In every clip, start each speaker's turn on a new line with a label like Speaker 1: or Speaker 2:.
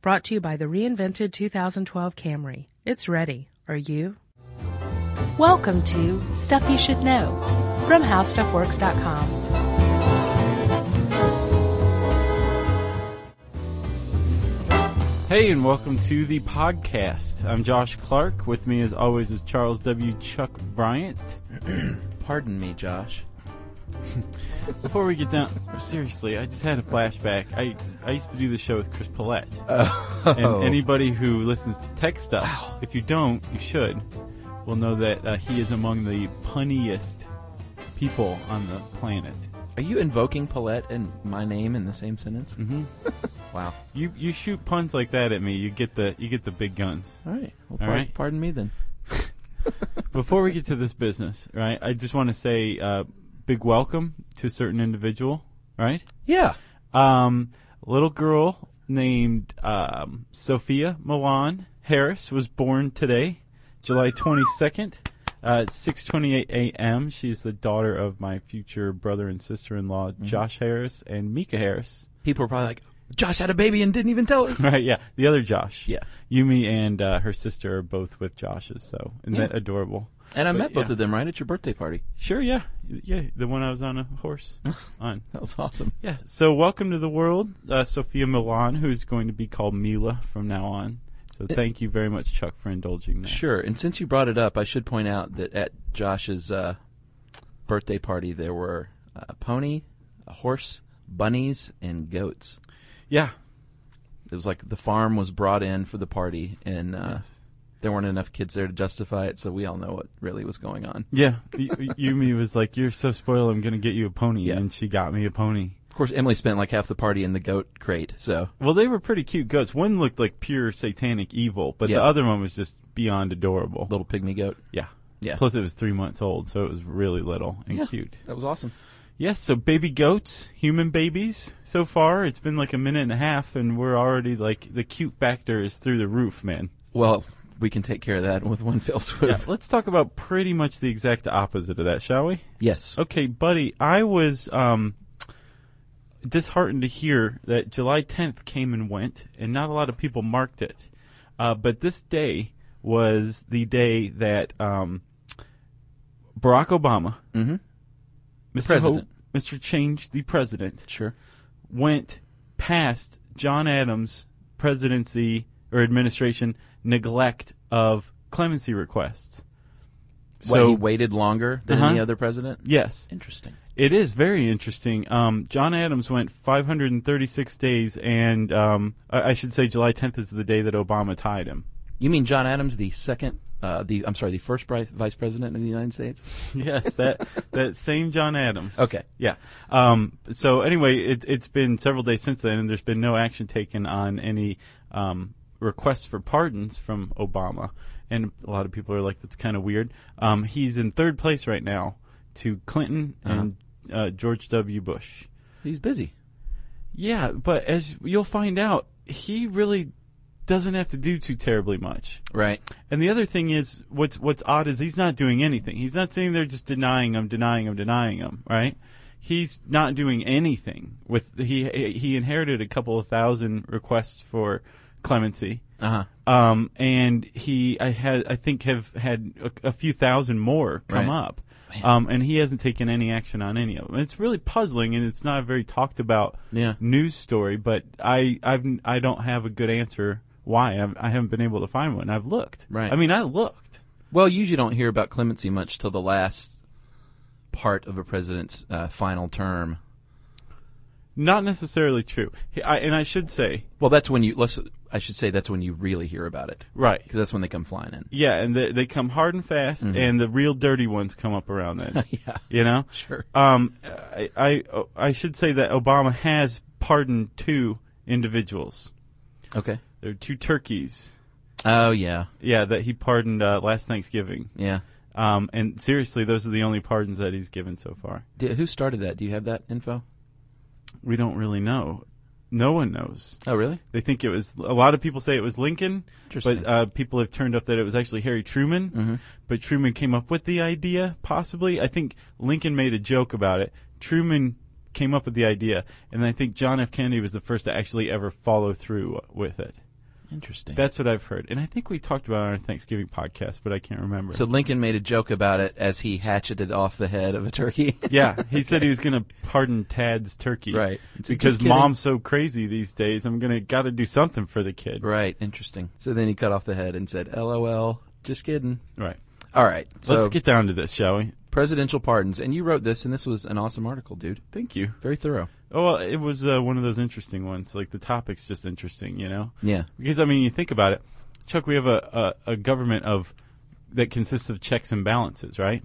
Speaker 1: Brought to you by the reinvented 2012 Camry. It's ready. Are you? Welcome to Stuff You Should Know from HowStuffWorks.com.
Speaker 2: Hey, and welcome to the podcast. I'm Josh Clark. With me, as always, is Charles W. Chuck Bryant.
Speaker 3: Pardon me, Josh.
Speaker 2: Before we get down, seriously, I just had a flashback. I, I used to do the show with Chris Paulette.
Speaker 3: Oh.
Speaker 2: and anybody who listens to Tech Stuff, if you don't, you should, will know that uh, he is among the punniest people on the planet.
Speaker 3: Are you invoking Paulette and my name in the same sentence? Mm-hmm. wow.
Speaker 2: You you shoot puns like that at me, you get the you get the big guns.
Speaker 3: All right. Well,
Speaker 2: All
Speaker 3: par-
Speaker 2: right.
Speaker 3: Pardon me then.
Speaker 2: Before we get to this business, right? I just want to say uh, big welcome to a certain individual, right?
Speaker 3: Yeah.
Speaker 2: Um, little girl named um, Sophia Milan Harris was born today, July 22nd, uh, 6:28 a.m. She's the daughter of my future brother and sister-in-law Josh Harris and Mika Harris.
Speaker 3: People are probably like, Josh had a baby and didn't even tell us.
Speaker 2: Right? Yeah, the other Josh.
Speaker 3: Yeah.
Speaker 2: Yumi and uh, her sister are both with Josh's. So, isn't that adorable?
Speaker 3: And I
Speaker 2: But,
Speaker 3: met both
Speaker 2: yeah.
Speaker 3: of them right at your birthday party.
Speaker 2: Sure. Yeah. Yeah. The one I was on a horse on.
Speaker 3: That was awesome.
Speaker 2: Yeah. So welcome to the world, uh, Sophia Milan, who's going to be called Mila from now on. So thank you very much, Chuck, for indulging that.
Speaker 3: Sure. And since you brought it up, I should point out that at Josh's uh, birthday party, there were a pony, a horse, bunnies, and goats.
Speaker 2: Yeah.
Speaker 3: It was like the farm was brought in for the party, and uh, there weren't enough kids there to justify it, so we all know what really was going on.
Speaker 2: Yeah. Y- y- Yumi was like, "You're so spoiled. I'm gonna get you a pony,"
Speaker 3: Yeah.
Speaker 2: and she got me a pony.
Speaker 3: Of course, Emily spent like half the party in the goat crate, so
Speaker 2: Well, they were pretty cute goats. One looked like pure satanic evil, but
Speaker 3: Yeah.
Speaker 2: the other one was just beyond adorable.
Speaker 3: little pygmy goat.
Speaker 2: Yeah.
Speaker 3: Yeah.
Speaker 2: Plus, it was three months old, so it was really little and
Speaker 3: Yeah.
Speaker 2: cute.
Speaker 3: That was awesome.
Speaker 2: Yes, so baby goats, human babies. So far, it's been like a minute and a half, and we're already like the cute factor is through the roof, man.
Speaker 3: Well, we can take care of that with one fell swoop.
Speaker 2: Yeah, let's talk about pretty much the exact opposite of that, shall we?
Speaker 3: Yes.
Speaker 2: Okay, buddy, I was um, disheartened to hear that July 10th came and went, and not a lot of people marked it. Uh, but this day was the day that um, Barack Obama,
Speaker 3: Mhm.
Speaker 2: Mr.
Speaker 3: President.
Speaker 2: Ho- Mr. Change, the president,
Speaker 3: Sure.
Speaker 2: went past John Adams' presidency or administration neglect of clemency requests.
Speaker 3: Why he waited longer than
Speaker 2: Uh-huh.
Speaker 3: any other president?
Speaker 2: yes,
Speaker 3: Interesting.
Speaker 2: it is very interesting. Um, John Adams went 536 days, and um, I, I should say July 10th is the day that Obama tied him.
Speaker 3: You mean John Adams, the second, uh, the I'm sorry, the first pri- vice president of the United States?
Speaker 2: yes, that that same John Adams.
Speaker 3: Okay.
Speaker 2: Yeah. Um, so anyway, it, it's been several days since then, and there's been no action taken on any um, requests for pardons from Obama. And a lot of people are like, "That's kind of weird." Um, he's in third place right now to Clinton and uh, George W. Bush.
Speaker 3: He's busy.
Speaker 2: Yeah, but as you'll find out, he really doesn't have to do too terribly much.
Speaker 3: Right.
Speaker 2: And the other thing is, what's what's odd is he's not doing anything. He's not sitting there just denying them, denying them, denying them. Right? He's not doing anything. With he he inherited a couple of thousand requests for clemency,
Speaker 3: Uh huh.
Speaker 2: um, and he I had I think have had a, a few thousand more come
Speaker 3: Right.
Speaker 2: up, um, and he hasn't taken any action on any of them. It's really puzzling, and it's not a very talked about
Speaker 3: Yeah.
Speaker 2: news story. But I I've I don't have a good answer why I've, I haven't been able to find one. I've looked.
Speaker 3: Right.
Speaker 2: I mean, I looked.
Speaker 3: Well, you usually don't hear about clemency much till the last part of a president's uh, final term.
Speaker 2: Not necessarily true. He- I, and I should say
Speaker 3: Well, that's when you. Let's. I should say that's when you really hear about it
Speaker 2: right.
Speaker 3: because that's when they come flying in.
Speaker 2: Yeah, and they, they come hard and fast,
Speaker 3: Mm-hmm.
Speaker 2: and the real dirty ones come up around then.
Speaker 3: Yeah.
Speaker 2: You know.
Speaker 3: Sure.
Speaker 2: Um, I, I I should say that Obama has pardoned two individuals.
Speaker 3: Okay.
Speaker 2: There are two turkeys.
Speaker 3: Oh yeah,
Speaker 2: Yeah, that he pardoned uh, last Thanksgiving.
Speaker 3: yeah.
Speaker 2: Um, and seriously, those are the only pardons that he's given so far.
Speaker 3: Do, who started that? Do you have that info?
Speaker 2: We don't really know. No one knows.
Speaker 3: Oh really?
Speaker 2: They think it was. A lot of people say it was Lincoln, but
Speaker 3: Interesting. Mm-hmm.
Speaker 2: uh, people have turned up that it was actually Harry Truman. But Truman came up with the idea, possibly. I think Lincoln made a joke about it. Truman came up with the idea, and I think John F. Kennedy was the first to actually ever follow through with it.
Speaker 3: Interesting.
Speaker 2: That's what I've heard, and I think we talked about it on our Thanksgiving podcast, but I can't remember.
Speaker 3: so Lincoln made a joke about it as he hatcheted off the head of a turkey.
Speaker 2: yeah, he said he was going to pardon Tad's turkey,
Speaker 3: Right. It's like,
Speaker 2: Because
Speaker 3: "Just kidding."
Speaker 2: mom's so crazy these days, I'm gonna got to do something for the kid,
Speaker 3: right. Interesting. So then he cut off the head and said, "LOL, just kidding."
Speaker 2: Right.
Speaker 3: All right. So
Speaker 2: Let's get down to this, shall we?
Speaker 3: presidential pardons, and you wrote this, and this was an awesome article, dude.
Speaker 2: Thank you.
Speaker 3: Very thorough.
Speaker 2: Oh, well, it was uh, one of those interesting ones. Like the topic's just interesting, you know.
Speaker 3: Yeah.
Speaker 2: Because I mean, you think about it, Chuck. We have a, a, a government of that consists of checks and balances, right?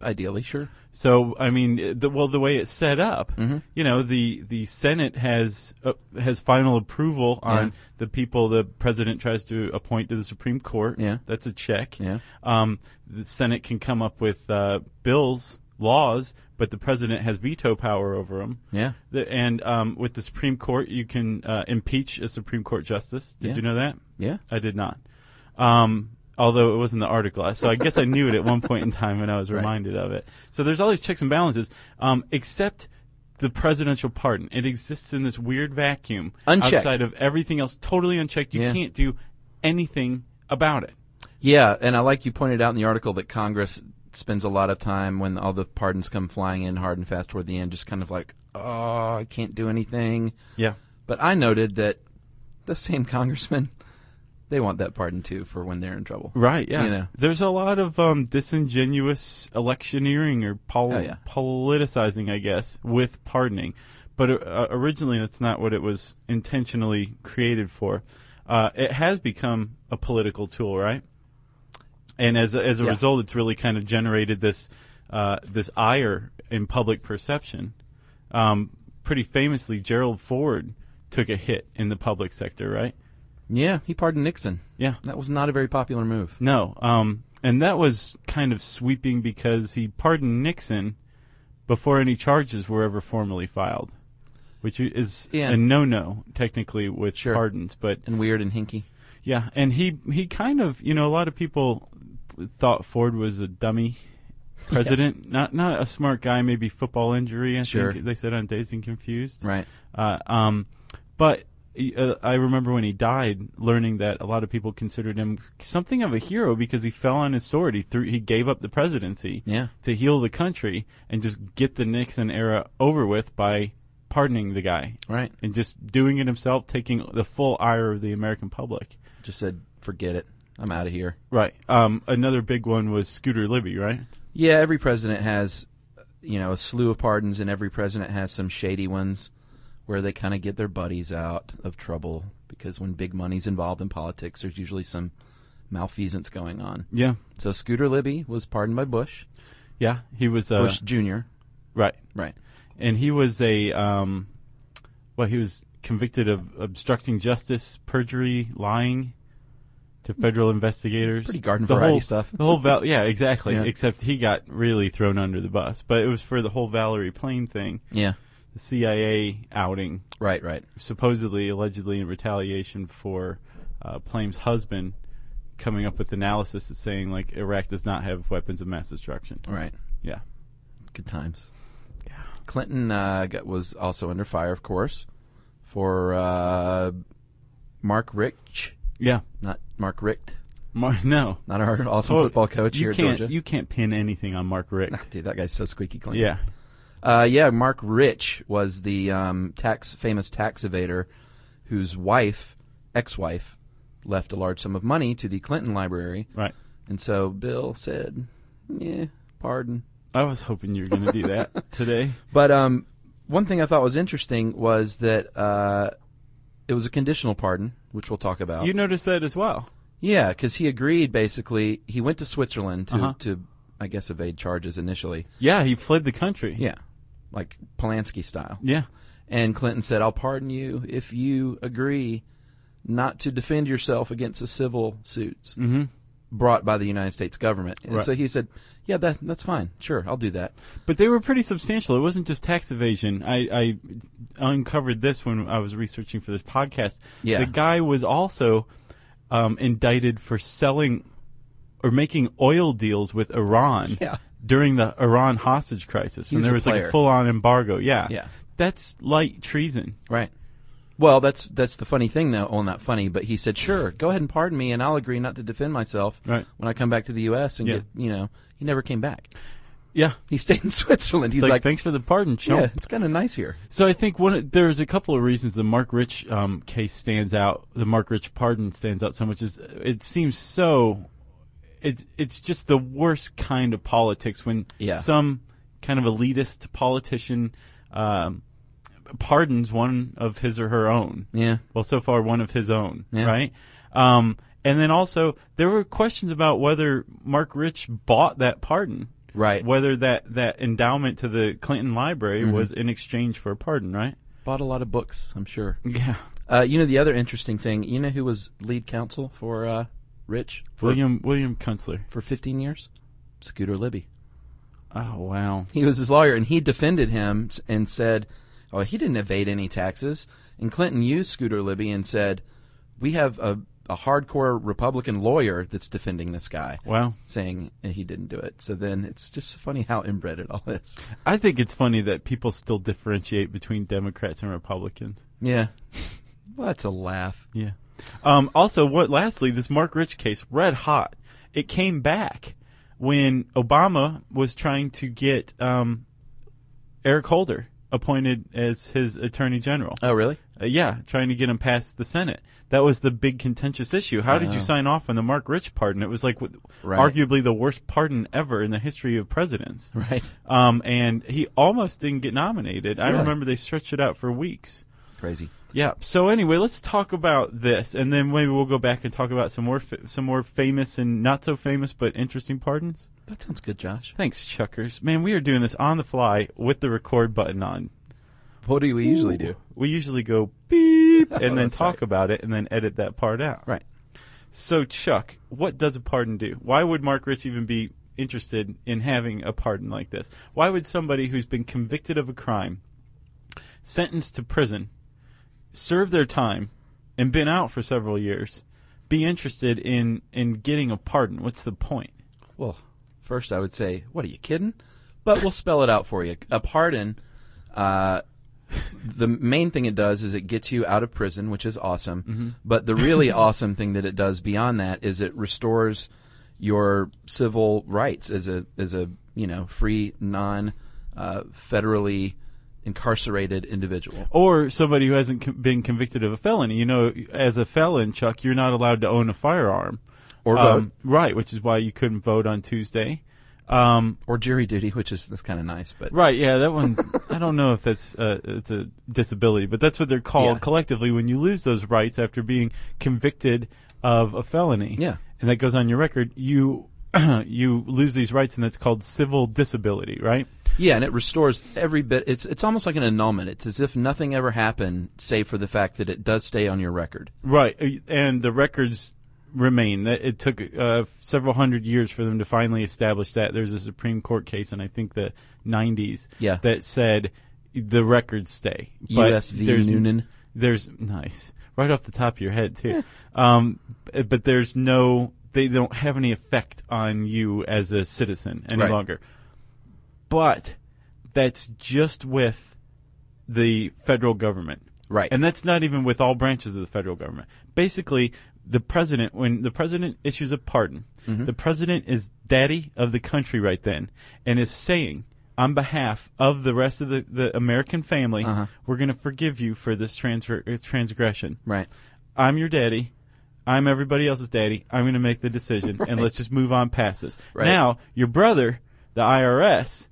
Speaker 3: Ideally, sure.
Speaker 2: So I mean, the, well, the way it's set up,
Speaker 3: Mm-hmm.
Speaker 2: you know, the the Senate has uh, has final approval on
Speaker 3: Yeah.
Speaker 2: the people the president tries to appoint to the Supreme Court.
Speaker 3: Yeah.
Speaker 2: that's a check.
Speaker 3: Yeah.
Speaker 2: um, the Senate can come up with uh, bills, laws, but the president has veto power over them.
Speaker 3: Yeah.
Speaker 2: The, and um, with the Supreme Court, you can uh, impeach a Supreme Court justice. Did
Speaker 3: Yeah.
Speaker 2: you know that?
Speaker 3: Yeah.
Speaker 2: I did not. Um, although it was in the article, so I guess I knew it at one point in time, and I was reminded of it. So there's all these checks and balances, um, except the presidential pardon. It exists in this weird vacuum
Speaker 3: Unchecked.
Speaker 2: outside of everything else, totally unchecked. You
Speaker 3: Yeah.
Speaker 2: can't do anything about it.
Speaker 3: Yeah, and I like you pointed out in the article that Congress spends a lot of time when all the pardons come flying in hard and fast toward the end, just kind of like, oh, I can't do anything.
Speaker 2: Yeah.
Speaker 3: But I noted that the same congressmen, they want that pardon too for when they're in trouble.
Speaker 2: Right, yeah.
Speaker 3: You know.
Speaker 2: There's a lot of um, disingenuous electioneering or pol-
Speaker 3: Oh, yeah.
Speaker 2: politicizing, I guess, with pardoning. But uh, originally, that's not what it was intentionally created for. Uh, it has become a political tool, right? And as a, as a
Speaker 3: Yeah.
Speaker 2: result, it's really kind of generated this uh, this ire in public perception. Um, pretty famously, Gerald Ford took a hit in the public sector, right?
Speaker 3: Yeah, he pardoned Nixon.
Speaker 2: Yeah.
Speaker 3: That was not a very popular move.
Speaker 2: No. Um, and that was kind of sweeping because he pardoned Nixon before any charges were ever formally filed, which is
Speaker 3: Yeah.
Speaker 2: a no-no technically with
Speaker 3: Sure.
Speaker 2: pardons. But
Speaker 3: And weird and hinky.
Speaker 2: yeah, and he he kind of you know a lot of people thought Ford was a dummy president, not not a smart guy, maybe football injury. I
Speaker 3: Sure.
Speaker 2: think they said on Dazed and Confused.
Speaker 3: Right.
Speaker 2: Uh, um, but he- uh, I remember when he died, learning that a lot of people considered him something of a hero because he fell on his sword. He threw, he gave up the presidency
Speaker 3: Yeah.
Speaker 2: to heal the country and just get the Nixon era over with by pardoning the guy
Speaker 3: Right.
Speaker 2: and just doing it himself, taking the full ire of the American public.
Speaker 3: Just said, forget it. I'm out of here.
Speaker 2: Right. Um, another big one was Scooter Libby, right?
Speaker 3: Yeah, every president has, you know, a slew of pardons, and every president has some shady ones where they kind of get their buddies out of trouble because when big money's involved in politics, there's usually some malfeasance going on.
Speaker 2: Yeah.
Speaker 3: So Scooter Libby was pardoned by Bush,
Speaker 2: Yeah. He was uh,
Speaker 3: Bush Jr.
Speaker 2: right.
Speaker 3: Right.
Speaker 2: and he was a um, well, he was convicted of obstructing justice, perjury, lying to federal investigators.
Speaker 3: Pretty garden
Speaker 2: The
Speaker 3: variety
Speaker 2: whole-
Speaker 3: stuff.
Speaker 2: The whole Val- yeah, exactly.
Speaker 3: Yeah.
Speaker 2: Except he got really thrown under the bus, but it was for the whole Valerie Plame thing,
Speaker 3: Yeah.
Speaker 2: the CIA outing,
Speaker 3: Right. Right.
Speaker 2: supposedly, allegedly in retaliation for uh, Plame's husband coming up with analysis that's saying like Iraq does not have weapons of mass destruction.
Speaker 3: Right.
Speaker 2: Yeah.
Speaker 3: Good times. Clinton uh, got, was also under fire, of course, for uh, Mark Rich,
Speaker 2: Yeah.
Speaker 3: not Mark Richt,
Speaker 2: Mar- no.
Speaker 3: not our awesome
Speaker 2: Oh,
Speaker 3: football coach
Speaker 2: you
Speaker 3: here
Speaker 2: can't,
Speaker 3: at Georgia.
Speaker 2: You can't pin anything on Mark Richt.
Speaker 3: Dude, that guy's so squeaky clean.
Speaker 2: yeah.
Speaker 3: Uh, yeah, Mark Rich was the um, tax famous tax evader whose wife, ex-wife, left a large sum of money to the Clinton Library,
Speaker 2: Right.
Speaker 3: and so Bill said, "Yeah, pardon."
Speaker 2: I was hoping you were going to do that today.
Speaker 3: But um, one thing I thought was interesting was that uh, it was a conditional pardon, which we'll talk about.
Speaker 2: You noticed that as well.
Speaker 3: Yeah, because he agreed. Basically, he went to Switzerland to,
Speaker 2: Uh-huh.
Speaker 3: to, I guess, evade charges initially.
Speaker 2: Yeah, he fled the country.
Speaker 3: Yeah, like Polanski style.
Speaker 2: Yeah.
Speaker 3: And Clinton said, I'll pardon you if you agree not to defend yourself against the civil suits brought by the United States government. And
Speaker 2: Mm-hmm. Right.
Speaker 3: so he said, Yeah, that, that's fine. Sure, I'll do that.
Speaker 2: But they were pretty substantial. It wasn't just tax evasion. I, I uncovered this when I was researching for this podcast.
Speaker 3: Yeah.
Speaker 2: The guy was also um, indicted for selling or making oil deals with Iran
Speaker 3: Yeah.
Speaker 2: during the Iran hostage crisis. when
Speaker 3: He's
Speaker 2: there
Speaker 3: a
Speaker 2: was like
Speaker 3: player.
Speaker 2: a full on embargo. Yeah.
Speaker 3: Yeah.
Speaker 2: That's light treason.
Speaker 3: Right. Well, that's that's the funny thing, though. Well, not funny, but he said, "Sure, go ahead and pardon me, and I'll agree not to defend myself
Speaker 2: Right.
Speaker 3: when I come back to the U.S." And
Speaker 2: Yeah.
Speaker 3: get, you know, he never came back.
Speaker 2: Yeah.
Speaker 3: He stayed in Switzerland. He's
Speaker 2: It's like,
Speaker 3: like,
Speaker 2: thanks for the pardon, chump.
Speaker 3: "Yeah, it's kind of nice here."
Speaker 2: So I think one of- there's a couple of reasons the Mark Rich um, case stands out. The Mark Rich pardon stands out so much is it seems so. It's it's just the worst kind of politics when
Speaker 3: Yeah.
Speaker 2: some kind of elitist politician um, pardons one of his or her own.
Speaker 3: Yeah.
Speaker 2: Well, so far one of his own,
Speaker 3: Yeah.
Speaker 2: right? Um, and then also there were questions about whether Mark Rich bought that pardon
Speaker 3: Right.
Speaker 2: whether that, that endowment to the Clinton Library was in exchange for a pardon, right?
Speaker 3: Bought a lot of books, I'm sure.
Speaker 2: Yeah.
Speaker 3: Uh, you know the other interesting thing. You know who was lead counsel for uh, Rich for,
Speaker 2: William William Kunstler.
Speaker 3: for 15 years? Scooter Libby.
Speaker 2: Oh wow.
Speaker 3: He was his lawyer, and he defended him s- and said, "Oh, he didn't evade any taxes." And Clinton used Scooter Libby and said, "We have a, a hardcore Republican lawyer that's defending this guy."
Speaker 2: Wow.
Speaker 3: Saying he didn't do it. So then it's just funny how inbred it all is.
Speaker 2: I think it's funny that people still differentiate between Democrats and Republicans.
Speaker 3: Yeah. well, that's a laugh.
Speaker 2: Yeah. Um, also, what? Lastly, this Mark Rich case, red hot. It came back when Obama was trying to get um, Eric Holder appointed as his attorney general.
Speaker 3: Oh, really?
Speaker 2: Uh, yeah, trying to get him past the Senate. That was the big contentious issue. How did
Speaker 3: Oh.
Speaker 2: you sign off on the Mark Rich pardon? It was like w-
Speaker 3: Right.
Speaker 2: arguably the worst pardon ever in the history of presidents.
Speaker 3: Right.
Speaker 2: Um, and he almost didn't get nominated. I
Speaker 3: Really?
Speaker 2: remember they stretched it out for weeks.
Speaker 3: Crazy.
Speaker 2: Yeah. So anyway, let's talk about this, and then maybe we'll go back and talk about some more fa- some more famous and not so famous but interesting pardons.
Speaker 3: That sounds good, Josh.
Speaker 2: Thanks, Chuckers. Man, we are doing this on the fly with the record button on.
Speaker 3: What do we usually do?
Speaker 2: We usually go beep and then
Speaker 3: That's
Speaker 2: talk
Speaker 3: right.
Speaker 2: about it and then edit that part out.
Speaker 3: Right.
Speaker 2: So, Chuck, what does a pardon do? Why would Mark Rich even be interested in having a pardon like this? Why would somebody who's been convicted of a crime, sentenced to prison, serve their time, and been out for several years, be interested in, in getting a pardon? What's the point?
Speaker 3: Well, first I would say, what are you kidding? But we'll spell it out for you. A pardon, uh, the main thing it does is it gets you out of prison, which is awesome. But the really awesome thing that it does beyond that is it restores your civil rights as a as a you know free non uh, federally incarcerated individual.
Speaker 2: Or somebody who hasn't con- been convicted of a felony. You know, as a felon, Chuck, you're not allowed to own a firearm.
Speaker 3: Or vote.
Speaker 2: Um, right, which is why you couldn't vote on Tuesday. Um,
Speaker 3: Or jury duty, which is that's kind of nice, but
Speaker 2: Right, yeah, that one. I don't know if that's uh, it's a disability, but that's what they're called
Speaker 3: Yeah.
Speaker 2: collectively when you lose those rights after being convicted of a felony.
Speaker 3: Yeah.
Speaker 2: and that goes on your record. You you lose these rights, and that's called civil disability, right?
Speaker 3: Yeah, and it restores every bit. It's it's almost like an annulment. It's as if nothing ever happened, save for the fact that it does stay on your record.
Speaker 2: Right, uh, and the records remain. That- It took uh, several hundred years for them to finally establish that. There's a Supreme Court case in I think the 90s
Speaker 3: Yeah.
Speaker 2: that said the records stay.
Speaker 3: U.S. v.
Speaker 2: there's-
Speaker 3: Noonan.
Speaker 2: There's nice right off the top of your head too. Um, b- but there's no, they don't have any effect on you as a citizen any
Speaker 3: Right.
Speaker 2: longer. But that's just with the federal government.
Speaker 3: Right.
Speaker 2: And that's not even with all branches of the federal government. Basically, the president, when the president issues a pardon,
Speaker 3: Mm-hmm.
Speaker 2: the president is daddy of the country right then and is saying, on behalf of the rest of the, the American family,
Speaker 3: Uh-huh.
Speaker 2: we're going to forgive you for this transfer, uh, transgression.
Speaker 3: Right.
Speaker 2: I'm your daddy. I'm everybody else's daddy. I'm going to make the decision, and let's just move on past this.
Speaker 3: Right.
Speaker 2: Now, your brother, the IRS,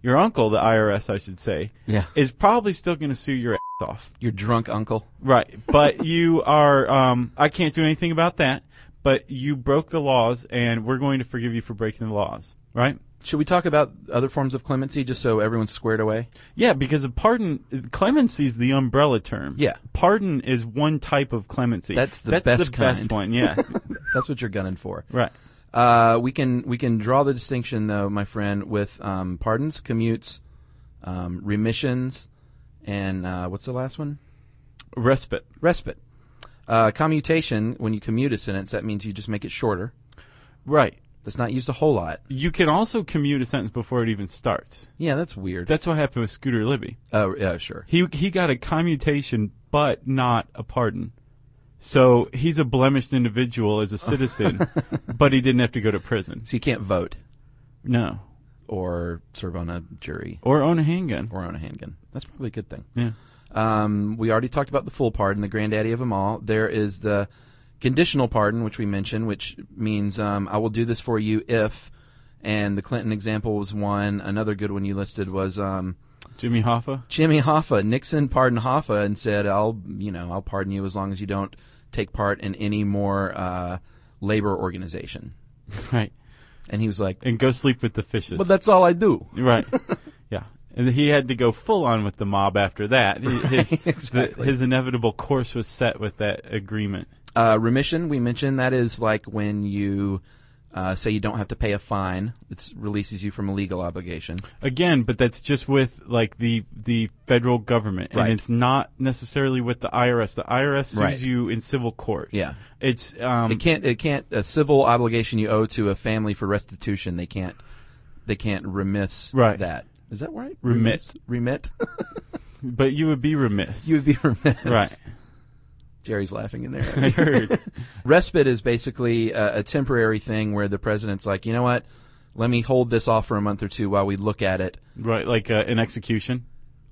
Speaker 2: your uncle, the IRS, I should say,
Speaker 3: Yeah.
Speaker 2: is probably still going to sue your ass off.
Speaker 3: Your drunk uncle.
Speaker 2: Right. But you are, um, I can't do anything about that, but you broke the laws, and we're going to forgive you for breaking the laws. Right?
Speaker 3: Should we talk about other forms of clemency just so everyone's squared away?
Speaker 2: Yeah, because a pardon, clemency is the umbrella term.
Speaker 3: Yeah.
Speaker 2: Pardon is one type of clemency.
Speaker 3: That's the
Speaker 2: That's
Speaker 3: best
Speaker 2: the best
Speaker 3: kind.
Speaker 2: one, yeah.
Speaker 3: That's what you're gunning for.
Speaker 2: right.
Speaker 3: Uh, we can we can draw the distinction though, my friend, with um, pardons, commutes, um, remissions, and uh, what's the last one?
Speaker 2: Respite.
Speaker 3: Respite. Uh, commutation. When you commute a sentence, that means you just make it shorter.
Speaker 2: Right.
Speaker 3: That's not used a whole lot.
Speaker 2: You can also commute a sentence before it even starts.
Speaker 3: Yeah, that's weird.
Speaker 2: That's what happened with Scooter Libby.
Speaker 3: Oh, yeah, sure.
Speaker 2: He he got a commutation but not a pardon. So he's a blemished individual as a citizen, but he didn't have to go to prison.
Speaker 3: So you can't vote
Speaker 2: No,
Speaker 3: or serve on a jury
Speaker 2: or own a handgun.
Speaker 3: or own a handgun. That's probably a good thing.
Speaker 2: Yeah.
Speaker 3: Um, we already talked about the full pardon, the granddaddy of them all. There is the conditional pardon, which we mentioned, which means um, I will do this for you if. And the Clinton example was one. Another good one you listed was um,
Speaker 2: Jimmy Hoffa.
Speaker 3: Jimmy Hoffa. Nixon pardoned Hoffa and said, "I'll, you know, I'll pardon you as long as you don't take part in any more uh, labor organization."
Speaker 2: Right.
Speaker 3: And he was like,
Speaker 2: And go sleep with the fishes.
Speaker 3: "But that's all I do."
Speaker 2: Right. yeah. And he had to go full on with the mob after that. He- his, the-
Speaker 3: exactly.
Speaker 2: his inevitable course was set with that agreement.
Speaker 3: Uh, remission, we mentioned that is like when you uh, say you don't have to pay a fine. It releases you from a legal obligation.
Speaker 2: Again, but that's just with like the the federal government,
Speaker 3: Right.
Speaker 2: and it's not necessarily with the IRS. The IRS sues
Speaker 3: Right.
Speaker 2: you in civil court.
Speaker 3: Yeah.
Speaker 2: it's um,
Speaker 3: It can't. It can't. A civil obligation you owe to a family for restitution. They can't. They can't remiss
Speaker 2: Right.
Speaker 3: that. Is that right?
Speaker 2: Remit.
Speaker 3: Remit.
Speaker 2: but you would be remiss.
Speaker 3: you would be remiss.
Speaker 2: right.
Speaker 3: Jerry's laughing in
Speaker 2: I
Speaker 3: there.
Speaker 2: heard.
Speaker 3: Respite is basically a, a temporary thing where the president's like, you know what? Let me hold this off for a month or two while we look at it.
Speaker 2: right, like uh, an execution.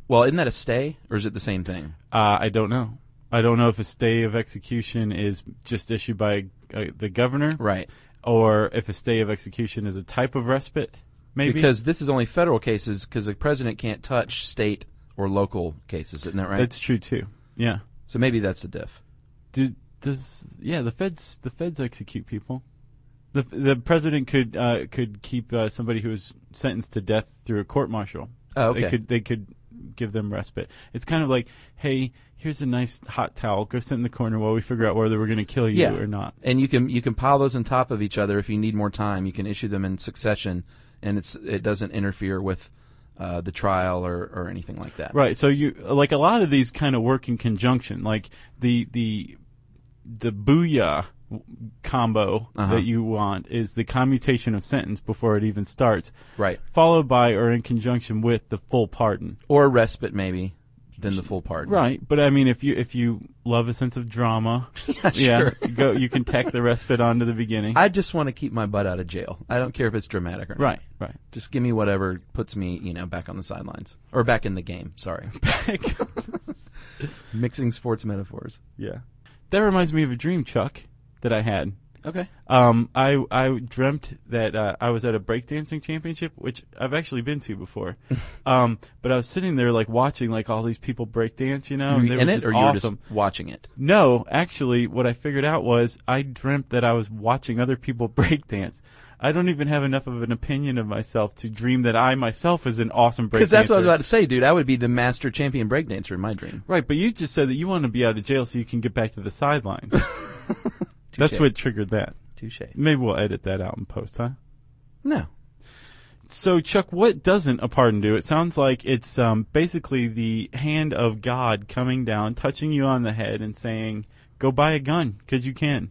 Speaker 3: Well, isn't that a stay or is it the same thing?
Speaker 2: Uh, I don't know. I don't know if a stay of execution is just issued by uh, the governor,
Speaker 3: Right.
Speaker 2: or if a stay of execution is a type of respite. Maybe
Speaker 3: Because this is only federal cases, because the president can't touch state or local cases, isn't that right?
Speaker 2: That's true too. Yeah.
Speaker 3: so maybe that's the diff.
Speaker 2: Do, does yeah the feds the feds execute people. The the president could uh, could keep uh, somebody who was sentenced to death through a court martial.
Speaker 3: Oh, okay.
Speaker 2: They could they could give them respite. It's kind of like, hey, here's a nice hot towel. Go sit in the corner while we figure out whether we're going to kill you
Speaker 3: Yeah.
Speaker 2: or not.
Speaker 3: And you can you can pile those on top of each other if you need more time. You can issue them in succession, and it's it doesn't interfere with uh, the trial or, or anything like that.
Speaker 2: Right. So you like a lot of these kind of work in conjunction. Like the the the booyah w- combo
Speaker 3: Uh-huh.
Speaker 2: that you want is the commutation of sentence before it even starts,
Speaker 3: Right.
Speaker 2: followed by or in conjunction with the full pardon.
Speaker 3: Or respite maybe, then the full pardon.
Speaker 2: Right. But I mean, if you if you love a sense of drama,
Speaker 3: yeah,
Speaker 2: yeah,
Speaker 3: sure.
Speaker 2: go you can tack the respite onto the beginning.
Speaker 3: I just want to keep my butt out of jail. I don't care if it's dramatic or not.
Speaker 2: right. Right.
Speaker 3: Just give me whatever puts me, you know, back on the sidelines or back in the game. Sorry, mixing sports metaphors.
Speaker 2: yeah. That reminds me of a dream, Chuck, that I had.
Speaker 3: Okay.
Speaker 2: Um, I I dreamt that uh, I was at a breakdancing championship, which I've actually been to before. um, but I was sitting there like watching like all these people breakdance, you know,
Speaker 3: Oh, Were
Speaker 2: and
Speaker 3: you
Speaker 2: they
Speaker 3: in
Speaker 2: were
Speaker 3: it,
Speaker 2: just
Speaker 3: or you were
Speaker 2: awesome.
Speaker 3: just watching it?
Speaker 2: No, actually, what I figured out was I dreamt that I was watching other people breakdance. I don't even have enough of an opinion of myself to dream that I myself is an awesome breakdancer.
Speaker 3: Because that's what I was about to say, dude. I would be the master champion breakdancer in my dream.
Speaker 2: Right, but you just said that you want to be out of jail so you can get back to the sidelines. that's
Speaker 3: Touche.
Speaker 2: what triggered that.
Speaker 3: Touche.
Speaker 2: Maybe we'll edit that out and post, huh?
Speaker 3: No.
Speaker 2: So, Chuck, what doesn't a pardon do? It sounds like it's um, basically the hand of God coming down, touching you on the head, and saying, "Go buy a gun because you can."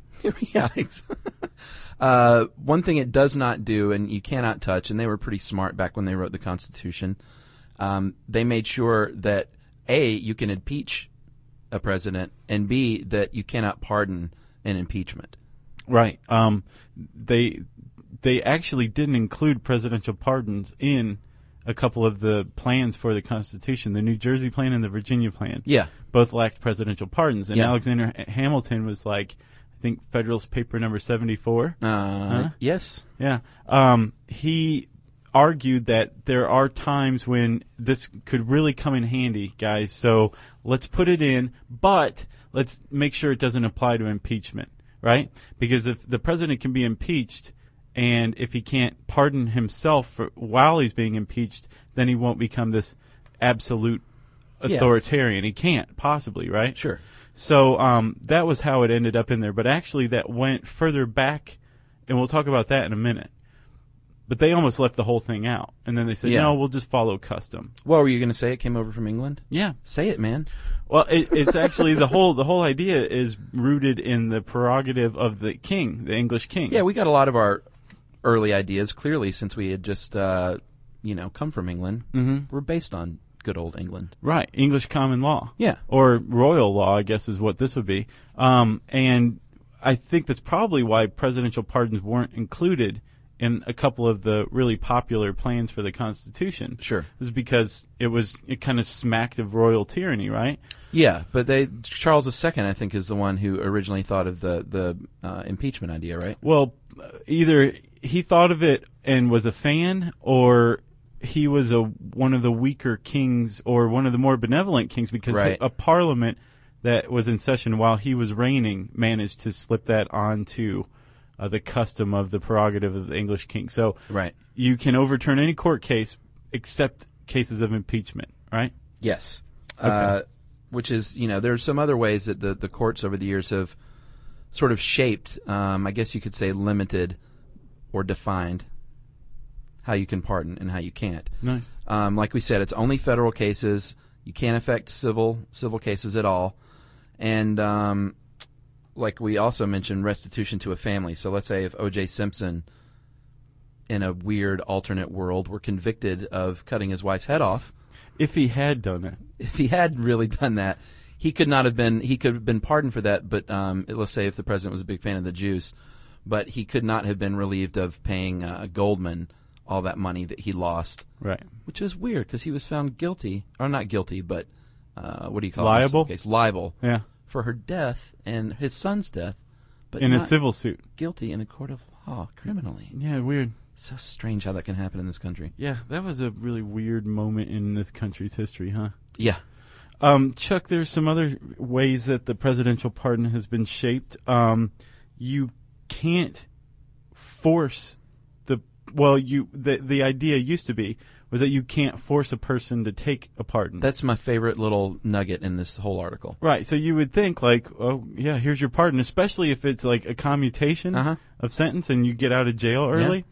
Speaker 3: yeah. ex- uh, one thing it does not do, and you cannot touch, and they were pretty smart back when they wrote the Constitution. Um, they made sure that a you can impeach a president, and b that you cannot pardon an impeachment.
Speaker 2: Right. Um, they they actually didn't include presidential pardons in a couple of the plans for the Constitution, the New Jersey plan and the Virginia plan.
Speaker 3: Yeah.
Speaker 2: both lacked presidential pardons, and
Speaker 3: Yeah.
Speaker 2: Alexander H- Hamilton was like, I think Federalist Paper Number Seventy Four.
Speaker 3: Uh, Yes.
Speaker 2: Yeah. Um, he argued that there are times when this could really come in handy, guys. So let's put it in, but let's make sure it doesn't apply to impeachment, right? Because if the president can be impeached and if he can't pardon himself for, while he's being impeached, then he won't become this absolute
Speaker 3: Yeah.
Speaker 2: authoritarian. He can't possibly, right?
Speaker 3: Sure.
Speaker 2: So um, that was how it ended up in there. But actually, that went further back, and we'll talk about that in a minute. But they almost left the whole thing out, and then they said,
Speaker 3: Yeah.
Speaker 2: "No, we'll just follow custom."
Speaker 3: What were you going to say? It came over from England.
Speaker 2: Yeah.
Speaker 3: Say it, man.
Speaker 2: Well, it, it's actually the whole the whole idea is rooted in the prerogative of the king, the English king.
Speaker 3: Yeah, we got a lot of our early ideas clearly since we had just, uh, you know, come from England. Mm-hmm. We're based on good old England.
Speaker 2: Right, English common law.
Speaker 3: Yeah.
Speaker 2: Or royal law, I guess, is what this would be. Um, and I think that's probably why presidential pardons weren't included in a couple of the really popular plans for the Constitution.
Speaker 3: Sure.
Speaker 2: was because it was, it kind of smacked of royal tyranny, right?
Speaker 3: Yeah, but they Charles II, I think, is the one who originally thought of the the uh, impeachment idea, right?
Speaker 2: Well, either he thought of it and was a fan, or he was a one of the weaker kings, or one of the more benevolent kings, because
Speaker 3: Right.
Speaker 2: a parliament that was in session while he was reigning managed to slip that onto uh, the custom of the prerogative of the English king. So,
Speaker 3: Right.
Speaker 2: you can overturn any court case except cases of impeachment, right?
Speaker 3: Yes. Uh, which is, you know, there's some other ways that the, the courts over the years have sort of shaped, um, I guess you could say limited or defined how you can pardon and how you can't.
Speaker 2: Nice.
Speaker 3: Um, like we said, it's only federal cases. You can't affect civil civil cases at all. And um, like we also mentioned, restitution to a family. So let's say if O.J. Simpson, in a weird alternate world, were convicted of cutting his wife's head off,
Speaker 2: If he had done it,
Speaker 3: if he had really done that, he could not have been he could have been pardoned for that. But um, let's say if the president was a big fan of the Jews, but he could not have been relieved of paying uh, Goldman all that money that he lost,
Speaker 2: right?
Speaker 3: which is weird because he was found guilty or not guilty, but uh, what do you call it?
Speaker 2: Liable?
Speaker 3: Case liable
Speaker 2: Yeah,
Speaker 3: for her death and his son's death, but
Speaker 2: in a
Speaker 3: not
Speaker 2: civil suit.
Speaker 3: guilty in a court of law criminally.
Speaker 2: Yeah, weird.
Speaker 3: So strange how that can happen in this country.
Speaker 2: Yeah, that was a really weird moment in this country's history, huh?
Speaker 3: Yeah.
Speaker 2: Um, Chuck, there's some other ways that the presidential pardon has been shaped. Um, you can't force the well. You the the idea used to be was that you can't force a person to take a pardon.
Speaker 3: That's my favorite little nugget in this whole article.
Speaker 2: Right. So you would think like, oh yeah, here's your pardon, especially if it's like a commutation
Speaker 3: Uh-huh.
Speaker 2: of sentence and you get out of jail early.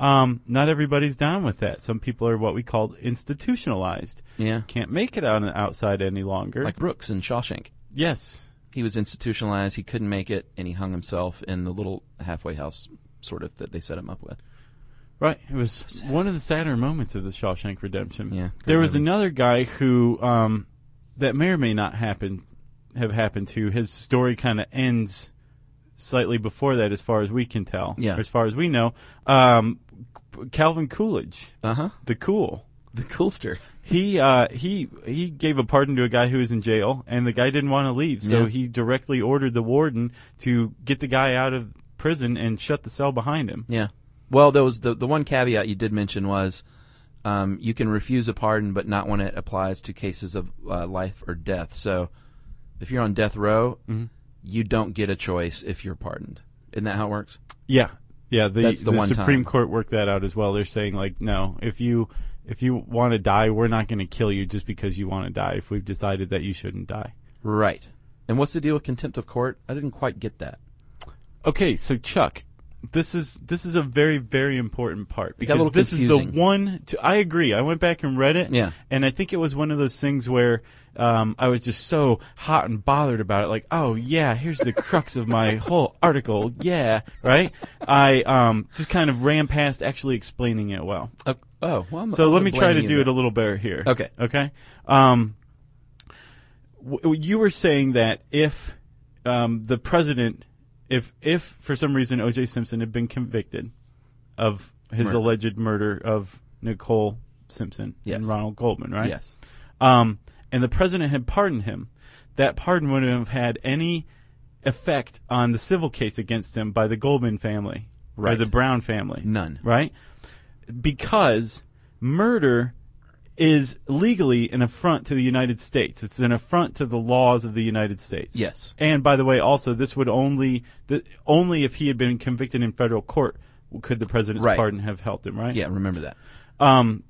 Speaker 2: Um, not everybody's down with that. Some people are what we call institutionalized.
Speaker 3: Yeah.
Speaker 2: Can't make it out on the outside any longer.
Speaker 3: Like Brooks in Shawshank.
Speaker 2: yes.
Speaker 3: he was institutionalized. He couldn't make it, and he hung himself in the little halfway house, sort of, that they set him up with.
Speaker 2: Right. It was one of the sadder moments of the Shawshank Redemption.
Speaker 3: Yeah, great
Speaker 2: There was
Speaker 3: movie.
Speaker 2: another guy who um, that may or may not happen have happened to. His story kind of ends slightly before that, as far as we can tell.
Speaker 3: Yeah.
Speaker 2: or As far as we know, um, Calvin Coolidge,
Speaker 3: Uh huh.
Speaker 2: the cool.
Speaker 3: The coolster.
Speaker 2: He uh, he he gave a pardon to a guy who was in jail, and the guy didn't want to leave, so
Speaker 3: Yeah.
Speaker 2: he directly ordered the warden to get the guy out of prison and shut the cell behind him.
Speaker 3: Yeah. Well, there was the the one caveat you did mention was um, you can refuse a pardon, but not when it applies to cases of uh, life or death. So, if you're on death row, you don't get a choice if you're pardoned. Isn't that how it works?
Speaker 2: Yeah, yeah. The,
Speaker 3: That's the one
Speaker 2: Supreme
Speaker 3: time.
Speaker 2: Court worked that out as well. They're saying like, no, if you if you want to die, we're not going to kill you just because you want to die. If we've decided that you shouldn't die.
Speaker 3: Right. And what's the deal with contempt of court? I didn't quite get that.
Speaker 2: Okay, so Chuck, this is this is a very very important part
Speaker 3: got a
Speaker 2: because
Speaker 3: little
Speaker 2: this is
Speaker 3: confusing.
Speaker 2: the one. To, I agree. I went back and read it.
Speaker 3: Yeah.
Speaker 2: and I think it was one of those things where um, I was just so hot and bothered about it. Like, oh yeah, here's the crux of my whole article. Yeah, right. I um, just kind of ran past actually explaining it well.
Speaker 3: Oh, oh well. I'm,
Speaker 2: So
Speaker 3: I
Speaker 2: let
Speaker 3: wasn't
Speaker 2: me try to
Speaker 3: blaming you
Speaker 2: do it
Speaker 3: there.
Speaker 2: a little better here.
Speaker 3: Okay.
Speaker 2: Okay. Um, w- you were saying that if um, the president, if if for some reason O.J. Simpson had been convicted of his
Speaker 3: Murder.
Speaker 2: alleged murder of Nicole Simpson
Speaker 3: Yes.
Speaker 2: and Ronald Goldman, right?
Speaker 3: Yes.
Speaker 2: Um, and the president had pardoned him. That pardon wouldn't have had any effect on the civil case against him by the Goldman family or
Speaker 3: Right.
Speaker 2: the Brown family.
Speaker 3: None.
Speaker 2: Right? Because murder is legally an affront to the United States. It's an affront to the laws of the United States.
Speaker 3: Yes.
Speaker 2: And by the way, also this would only the, only if he had been convicted in federal court could the president's
Speaker 3: Right.
Speaker 2: pardon have helped him, right?
Speaker 3: Yeah. Remember that.
Speaker 2: um,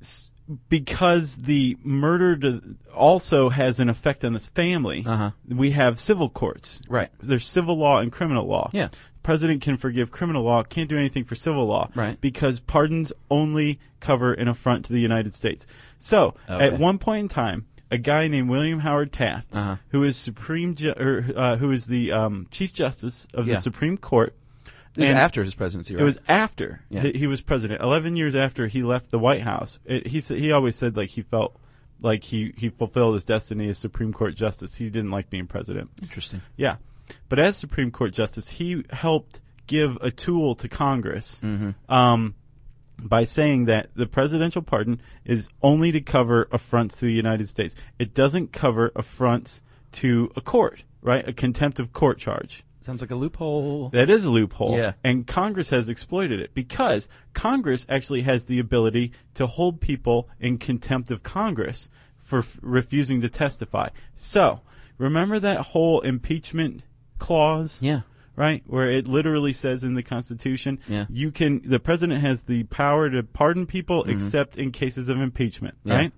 Speaker 2: s- because the murder to, also has an effect on this family.
Speaker 3: Uh-huh.
Speaker 2: We have civil courts.
Speaker 3: Right.
Speaker 2: There's civil law and criminal law.
Speaker 3: Yeah.
Speaker 2: President can forgive criminal law, can't do anything for civil law.
Speaker 3: Right.
Speaker 2: Because pardons only cover an affront to the United States. So
Speaker 3: Okay.
Speaker 2: at one point in time, a guy named William Howard Taft,
Speaker 3: Uh-huh.
Speaker 2: er, who is Supreme, ju- or, uh, who is the um, Chief Justice of
Speaker 3: Yeah.
Speaker 2: the Supreme Court,
Speaker 3: It was
Speaker 2: And-
Speaker 3: after his presidency, right?
Speaker 2: It was after
Speaker 3: Yeah.
Speaker 2: that he was president. Eleven years after he left the White House, it, he said he always said like he felt like he he fulfilled his destiny as Supreme Court justice. He didn't like being president.
Speaker 3: interesting.
Speaker 2: Yeah, but as Supreme Court justice, he helped give a tool to Congress um, by saying that the presidential pardon is only to cover affronts to the United States. It doesn't cover affronts to a court, right? A contempt of court charge.
Speaker 3: Sounds like a loophole.
Speaker 2: That is a loophole.
Speaker 3: Yeah.
Speaker 2: And Congress has exploited it because Congress actually has the ability to hold people in contempt of Congress for f- refusing to testify. So, remember that whole impeachment clause?
Speaker 3: Yeah.
Speaker 2: Right? Where it literally says in the Constitution,
Speaker 3: Yeah.
Speaker 2: you can, the president has the power to pardon people except in cases of impeachment,
Speaker 3: Mm-hmm. Yeah.
Speaker 2: right?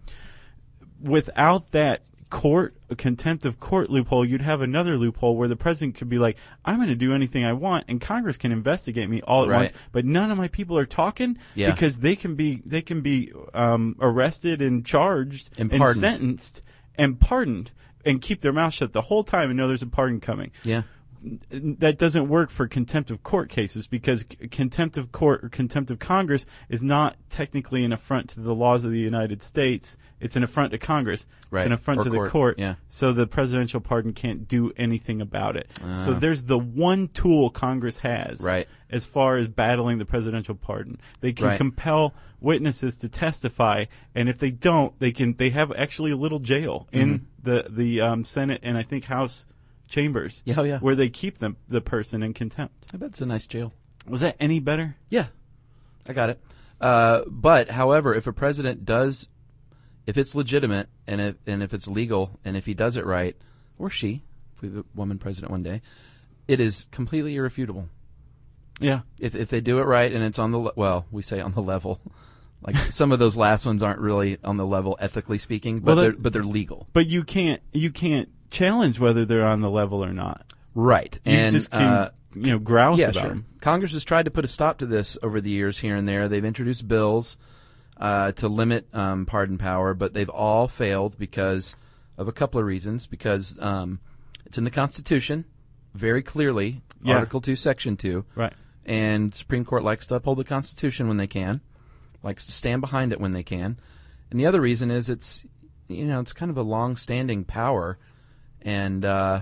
Speaker 2: without that court contempt of court loophole, you'd have another loophole where the president could be like, "I'm going to do anything I want," and Congress can investigate me all at
Speaker 3: Right.
Speaker 2: once, but none of my people are talking
Speaker 3: Yeah.
Speaker 2: because they can be they can be um, arrested and charged
Speaker 3: And pardoned.
Speaker 2: sentenced and pardoned and keep their mouth shut the whole time and know there's a pardon coming.
Speaker 3: Yeah.
Speaker 2: That doesn't work for contempt of court cases because c- contempt of court or contempt of Congress is not technically an affront to the laws of the United States. It's an affront to Congress.
Speaker 3: Right.
Speaker 2: It's an affront
Speaker 3: Or
Speaker 2: to the
Speaker 3: court,
Speaker 2: court.
Speaker 3: yeah.
Speaker 2: So the presidential pardon can't do anything about it. So there's the one tool Congress has
Speaker 3: Ah. Right.
Speaker 2: as far as battling the presidential pardon. They can
Speaker 3: Right.
Speaker 2: compel witnesses to testify, and if they don't, they can they have actually a little jail in
Speaker 3: Mm-hmm.
Speaker 2: the the um, Senate and I think House chambers.
Speaker 3: Yeah, oh, yeah.
Speaker 2: Where they keep them the person in contempt.
Speaker 3: I bet it's a nice jail.
Speaker 2: Was that any better?
Speaker 3: Yeah, I got it. Uh, but however, if a president does, if it's legitimate and if and if it's legal and if he does it right, or she, if we have a woman president one day, it is completely irrefutable.
Speaker 2: Yeah.
Speaker 3: If if they do it right and it's on the le- well, we say on the level. Like some of those last ones aren't really on the level ethically speaking, but
Speaker 2: Well, that-
Speaker 3: they're but they're legal,
Speaker 2: But you can't you can't challenge whether they're on the level or not.
Speaker 3: right?
Speaker 2: You
Speaker 3: and
Speaker 2: just can
Speaker 3: uh,
Speaker 2: you know grouse
Speaker 3: Yeah,
Speaker 2: about
Speaker 3: sure.
Speaker 2: them.
Speaker 3: Congress has tried to put a stop to this over the years here and there. They've introduced bills uh, to limit um, pardon power, but they've all failed because of a couple of reasons. Because um, it's in the Constitution, very clearly,
Speaker 2: Yeah.
Speaker 3: Article 2, Section 2.
Speaker 2: Right.
Speaker 3: And Supreme Court likes to uphold the Constitution when they can, likes to stand behind it when they can. And the other reason is it's, you know, it's kind of a long-standing power, and uh,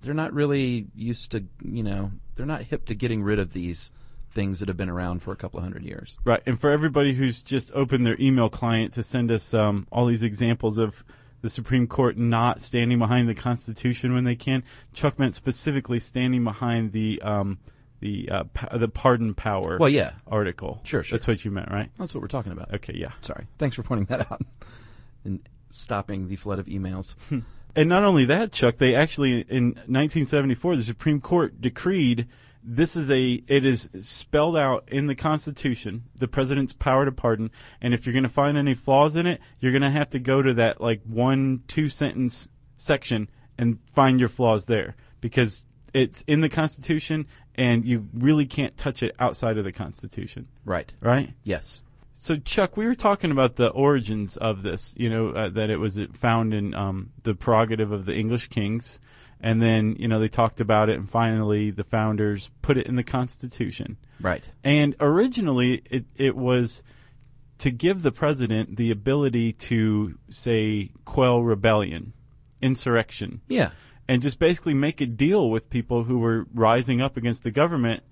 Speaker 3: they're not really used to, you know, they're not hip to getting rid of these things that have been around for a couple of hundred years.
Speaker 2: Right, and for everybody who's just opened their email client to send us um, all these examples of the Supreme Court not standing behind the Constitution when they can, Chuck meant specifically standing behind the um, the uh, pa- the pardon power.
Speaker 3: Well, yeah.
Speaker 2: article.
Speaker 3: Sure, sure.
Speaker 2: That's what you meant, right?
Speaker 3: That's what we're talking about.
Speaker 2: Okay, yeah.
Speaker 3: Sorry. Thanks for pointing that out and stopping the flood of emails.
Speaker 2: And not only that, Chuck, they actually in 1974 the Supreme Court decreed this is a it is spelled out in the Constitution the president's power to pardon, and if you're going to find any flaws in it, you're going to have to go to that like one two sentence section and find your flaws there because it's in the Constitution and you really can't touch it outside of the Constitution,
Speaker 3: right.
Speaker 2: right?
Speaker 3: Yes.
Speaker 2: So, Chuck, we were talking about the origins of this. You know uh, that it was found in um, the prerogative of the English kings, and then you know they talked about it, and finally the founders put it in the Constitution.
Speaker 3: Right.
Speaker 2: And originally, it it was to give the president the ability to say quell rebellion, insurrection,
Speaker 3: Yeah.
Speaker 2: and just basically make a deal with people who were rising up against the government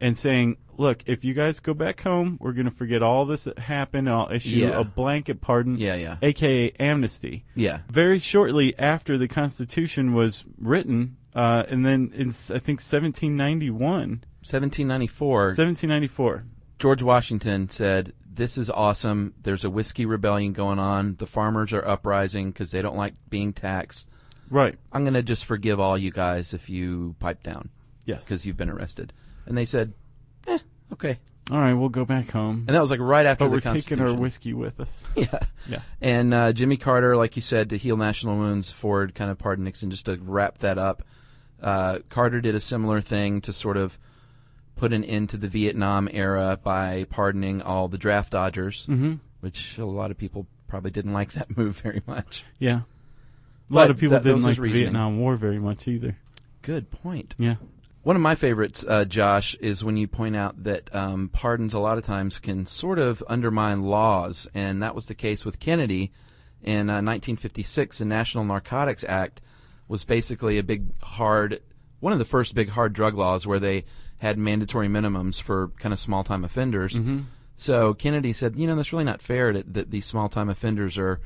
Speaker 2: and saying, look, if you guys go back home, we're going to forget all this that happened. I'll issue
Speaker 3: Yeah.
Speaker 2: a blanket pardon,
Speaker 3: Yeah, yeah.
Speaker 2: aka amnesty.
Speaker 3: Yeah.
Speaker 2: Very shortly after the Constitution was written, uh, and then in, I think, 1791,
Speaker 3: 1794.
Speaker 2: 1794.
Speaker 3: George Washington said, "This is awesome. There's a whiskey rebellion going on. The farmers are uprising because they don't like being taxed.
Speaker 2: Right.
Speaker 3: I'm going to just forgive all you guys if you pipe down
Speaker 2: Yes.
Speaker 3: because you've been arrested." And they said, "Eh, okay."
Speaker 2: All right, we'll go back home.
Speaker 3: And that was like right after
Speaker 2: But
Speaker 3: the
Speaker 2: we're
Speaker 3: Constitution.
Speaker 2: taking our whiskey with us.
Speaker 3: yeah.
Speaker 2: Yeah.
Speaker 3: And uh, Jimmy Carter, like you said, to heal national wounds, Ford kind of pardoned Nixon. Just to wrap that up, uh, Carter did a similar thing to sort of put an end to the Vietnam era by pardoning all the draft dodgers, mm-hmm. which a lot of people probably didn't like that move very much.
Speaker 2: Yeah. A lot
Speaker 3: But
Speaker 2: of people
Speaker 3: that-
Speaker 2: didn't
Speaker 3: those
Speaker 2: like
Speaker 3: is
Speaker 2: the
Speaker 3: reasoning.
Speaker 2: Vietnam War very much either.
Speaker 3: Good point.
Speaker 2: Yeah.
Speaker 3: One of my favorites, uh, Josh, is when you point out that um, pardons a lot of times can sort of undermine laws, and that was the case with Kennedy in uh, 1956. The National Narcotics Act was basically a big hard, one of the first big hard drug laws where they had mandatory minimums for kind of small time offenders. So Kennedy said, you know, that's really not fair that, that these small time offenders are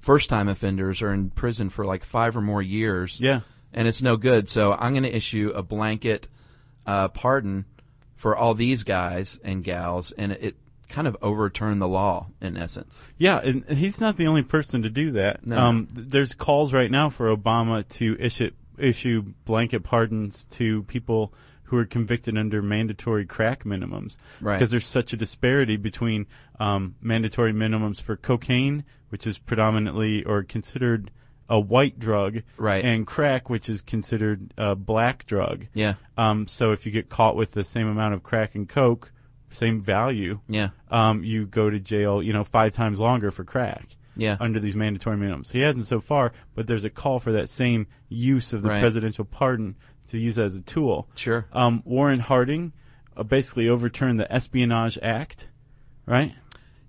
Speaker 3: first time offenders are in prison for like five or more years
Speaker 2: Yeah.
Speaker 3: and it's no good. So I'm going to issue a blanket uh, pardon for all these guys and gals, and it kind of overturned the law in essence.
Speaker 2: Yeah, and, and he's not the only person to do that.
Speaker 3: No.
Speaker 2: Um, th- there's calls right now for Obama to issue issue blanket pardons to people who are convicted under mandatory crack minimums,
Speaker 3: Right.
Speaker 2: Because there's such a disparity between um, mandatory minimums for cocaine, which is predominantly or considered a white drug,
Speaker 3: Right.
Speaker 2: and crack, which is considered a black drug.
Speaker 3: Yeah,
Speaker 2: Um, so if you get caught with the same amount of crack and coke, same value,
Speaker 3: yeah,
Speaker 2: um, you go to jail, you know, five times longer for crack
Speaker 3: yeah.
Speaker 2: under these mandatory minimums. He hasn't so far, but there's a call for that same use of the
Speaker 3: Right.
Speaker 2: presidential pardon to use as a tool.
Speaker 3: Sure.
Speaker 2: Um, Warren Harding uh, basically overturned the Espionage Act, right?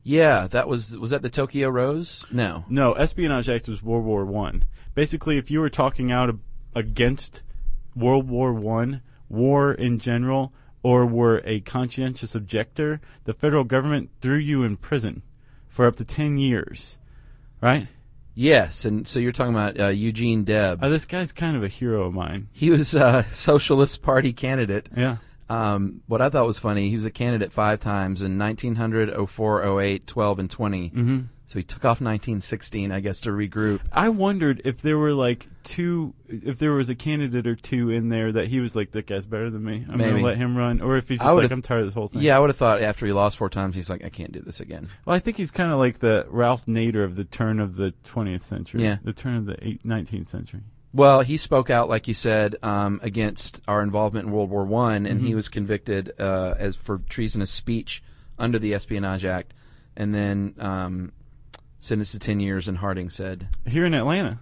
Speaker 3: Yeah, that was was that the Tokyo Rose? No.
Speaker 2: No, Espionage Act was World War One. Basically, if you were talking out ab- against World War One, war in general, or were a conscientious objector, the federal government threw you in prison for up to ten years. Right?
Speaker 3: Yes, and so you're talking about uh, Eugene Debs.
Speaker 2: Oh, this guy's kind of a hero of mine.
Speaker 3: he was a Socialist Party candidate.
Speaker 2: Yeah.
Speaker 3: Um, what I thought was funny, he was a candidate five times in 1900, 04, 08, 12, and 20. Mm-hmm. So he took off 1916, I guess, to regroup.
Speaker 2: I wondered if there were like two, if there was a candidate or two in there that he was like, that guy's better than me. I'm going
Speaker 3: Maybe.
Speaker 2: to let him run. Or if he's
Speaker 3: I
Speaker 2: just like,
Speaker 3: would've-
Speaker 2: I'm tired of this whole thing.
Speaker 3: Yeah, I would have thought after he lost four times, he's like, I can't do this again.
Speaker 2: Well, I think he's kind of like the Ralph Nader of the turn of the 20th century.
Speaker 3: Yeah.
Speaker 2: The turn of the eight- 19th century.
Speaker 3: Well, he spoke out, like you said, um, against our involvement in World War One, and he was convicted uh, as for treasonous speech under the Espionage Act, and then um, sentenced to ten years. And Harding said,
Speaker 2: Here in Atlanta,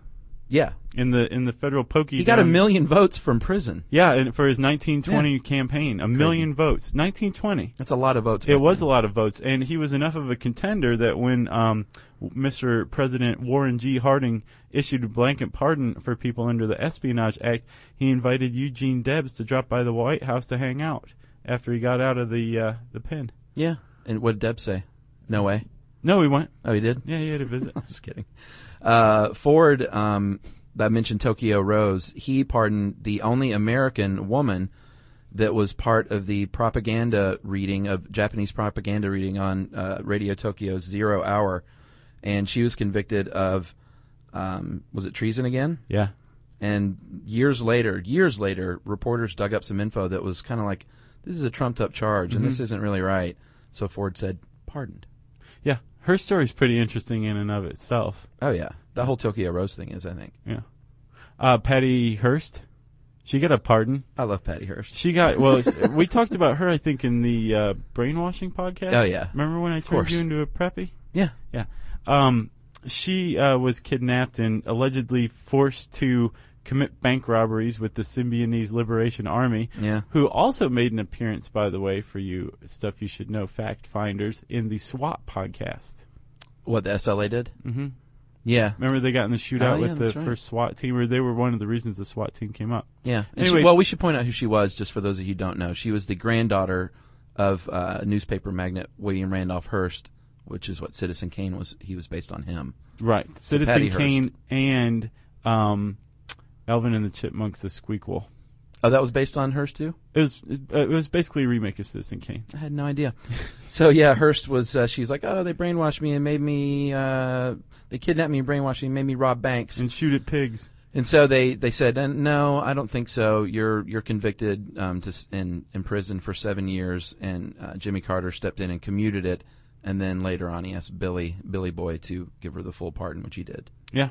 Speaker 3: "Yeah,
Speaker 2: in the in the federal pokey.
Speaker 3: he got a
Speaker 2: down-
Speaker 3: million votes from prison.
Speaker 2: Yeah, and for his 1920 campaign, a million votes. 1920.
Speaker 3: That's a lot of votes.
Speaker 2: It was a lot of votes, and he was enough of a contender that when um, Mr. President Warren G. Harding issued a blanket pardon for people under the Espionage Act, he invited Eugene Debs to drop by the White House to hang out after he got out of the uh, the pen.
Speaker 3: Yeah. And what did Deb say? No way.
Speaker 2: No, he went.
Speaker 3: Oh, he did.
Speaker 2: Yeah, he had a visit.
Speaker 3: Just kidding. Uh, Ford, um, that mentioned Tokyo Rose, he pardoned the only American woman that was part of the propaganda reading of Japanese propaganda reading on uh, Radio Tokyo's Zero Hour, and she was convicted of um, was it treason again?
Speaker 2: yeah.
Speaker 3: And years later, years later, reporters dug up some info that was kind of like this is a trumped up charge and this isn't really right. So Ford said pardoned.
Speaker 2: Yeah. Her story's pretty interesting in and of itself.
Speaker 3: Oh yeah, the whole Tokyo Rose thing is, I think.
Speaker 2: Yeah. Uh, Patty Hearst, she got a pardon.
Speaker 3: I love Patty Hearst.
Speaker 2: She got well. we talked about her, I think, in the uh, brainwashing podcast.
Speaker 3: Oh, yeah.
Speaker 2: Remember when I turned
Speaker 3: course.
Speaker 2: you into a preppy?
Speaker 3: Yeah.
Speaker 2: Yeah. Um, she uh, was kidnapped and allegedly forced to commit bank robberies with the Symbionese Liberation Army.
Speaker 3: Yeah.
Speaker 2: Who also made an appearance, by the way, for you stuff you should know, fact finders, in the SWAT podcast.
Speaker 3: What the SLA did? Mm-hmm. Yeah.
Speaker 2: Remember they got in the shootout
Speaker 3: Oh, yeah,
Speaker 2: with the
Speaker 3: that's right.
Speaker 2: first SWAT team, or they were one of the reasons the SWAT team came up.
Speaker 3: Yeah. And she-
Speaker 2: Anyway-
Speaker 3: well, we should point out who she was, just for those of you who don't know. She was the granddaughter of uh, newspaper magnate William Randolph Hearst, which is what Citizen Kane was. He was based on him.
Speaker 2: Right. Citizen
Speaker 3: Patty Hearst.
Speaker 2: Kane and um, Elvin and the Chipmunks, the Squeakquel.
Speaker 3: Oh, that was based on Hearst too.
Speaker 2: It was it was basically a remake of Citizen Kane.
Speaker 3: I had no idea. so yeah, Hearst was. Uh, she was like, oh, they brainwashed me and made me. Uh, they kidnapped me and brainwashed me and made me rob banks.
Speaker 2: And shoot at pigs.
Speaker 3: And so they, they said, "Uh, no, I don't think so. You're you're convicted um, to s- in in prison for seven years. And uh, Jimmy Carter stepped in and commuted it. And then later on, he asked Billy Billy Boy to give her the full pardon, which he did.
Speaker 2: Yeah.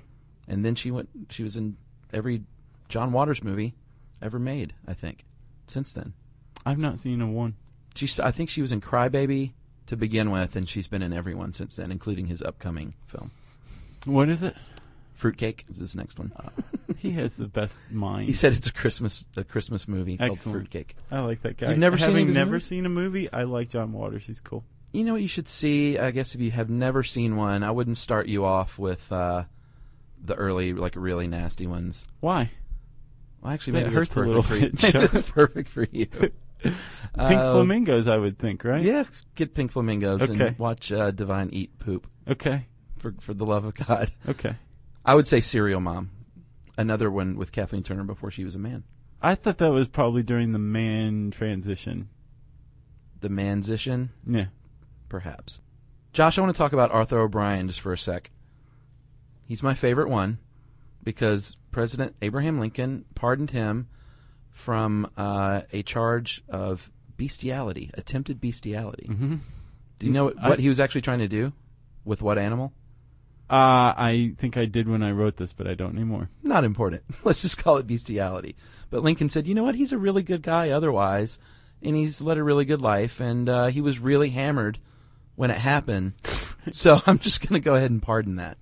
Speaker 3: And then she went. She was in every John Waters movie ever made, I think. Since then,
Speaker 2: I've not seen a one.
Speaker 3: she's I think she was in Crybaby to begin with, and she's been in everyone since then, including his upcoming film
Speaker 2: What is it?
Speaker 3: Fruitcake is his next one.
Speaker 2: He has the best mind.
Speaker 3: He said it's a Christmas a Christmas movie called
Speaker 2: Excellent.
Speaker 3: Fruitcake.
Speaker 2: I like that guy.
Speaker 3: You've never seen
Speaker 2: Having
Speaker 3: any of his
Speaker 2: never
Speaker 3: movies?
Speaker 2: seen a movie, I like John Waters. He's cool.
Speaker 3: You know what you should see? I guess if you have never seen one, I wouldn't start you off with uh, the early, like really nasty ones.
Speaker 2: Why?
Speaker 3: Well, actually,
Speaker 2: That
Speaker 3: maybe
Speaker 2: hurts
Speaker 3: that's
Speaker 2: a
Speaker 3: perfect
Speaker 2: little
Speaker 3: for you.
Speaker 2: bit,
Speaker 3: Maybe
Speaker 2: John.
Speaker 3: that's perfect for you. Pink
Speaker 2: Pink flamingos, I would think, right?
Speaker 3: Uh, Yeah, get pink flamingos
Speaker 2: Okay.
Speaker 3: and watch uh, Divine eat poop
Speaker 2: Okay.
Speaker 3: for for the love of God.
Speaker 2: Okay.
Speaker 3: I would say Serial Mom, another one with Kathleen Turner before she was a man.
Speaker 2: I thought that was probably during the man transition.
Speaker 3: The Mansition,
Speaker 2: Yeah.
Speaker 3: perhaps. Josh, I want to talk about Arthur O'Brien just for a sec. He's my favorite one because President Abraham Lincoln pardoned him from uh, a charge of bestiality, attempted bestiality.
Speaker 2: Mhm.
Speaker 3: Do you know what,
Speaker 2: I-
Speaker 3: what he was actually trying to do with what animal?
Speaker 2: Uh, I think I did when I wrote this, but I don't anymore.
Speaker 3: Not important. Let's just call it bestiality. But Lincoln said, you know what? He's a really good guy otherwise, and he's led a really good life, and uh, he was really hammered when it happened. so I'm just going to go ahead and pardon that.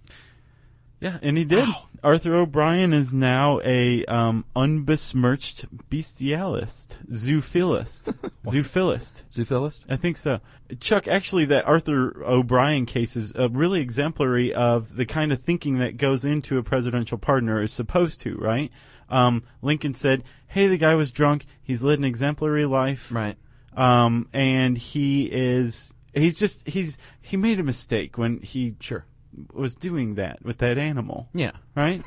Speaker 2: Yeah, and he did. Arthur O'Brien is now a um, unbesmirched bestialist, zoophilist, zoophilist.
Speaker 3: Zoophilist?
Speaker 2: I think so. Chuck, actually, that Arthur O'Brien case is uh, really exemplary of the kind of thinking that goes into a presidential pardon or is supposed to, right? Um, Lincoln said, hey, the guy was drunk. He's led an exemplary life.
Speaker 3: Right.
Speaker 2: Um, and he is, he's just, he's, he made a mistake when he
Speaker 3: Sure.
Speaker 2: was doing that with that animal,
Speaker 3: Yeah.
Speaker 2: right?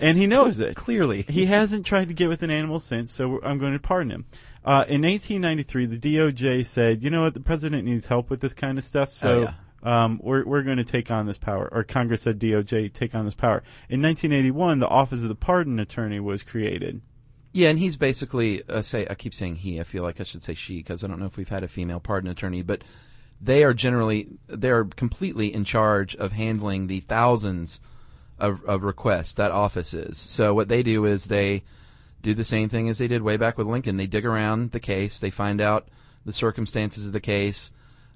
Speaker 2: and he knows it.
Speaker 3: Clearly.
Speaker 2: He hasn't tried to get with an animal since, so we're- I'm going to pardon him. Uh, in 1893, the DOJ said, "You know what? The president needs help with this kind of stuff, so
Speaker 3: Oh,
Speaker 2: um, we're we're going to take on this power." Or Congress said, "DOJ, take on this power." In 1981, the Office of the Pardon Attorney was created.
Speaker 3: yeah, and he's basically uh, say I keep saying he. I feel like I should say she because I don't know if we've had a female pardon attorney, but they are generally they are completely in charge of handling the thousands of, of requests that office is. So what they do is they do the same thing as they did way back with Lincoln. They dig around the case, they find out the circumstances of the case,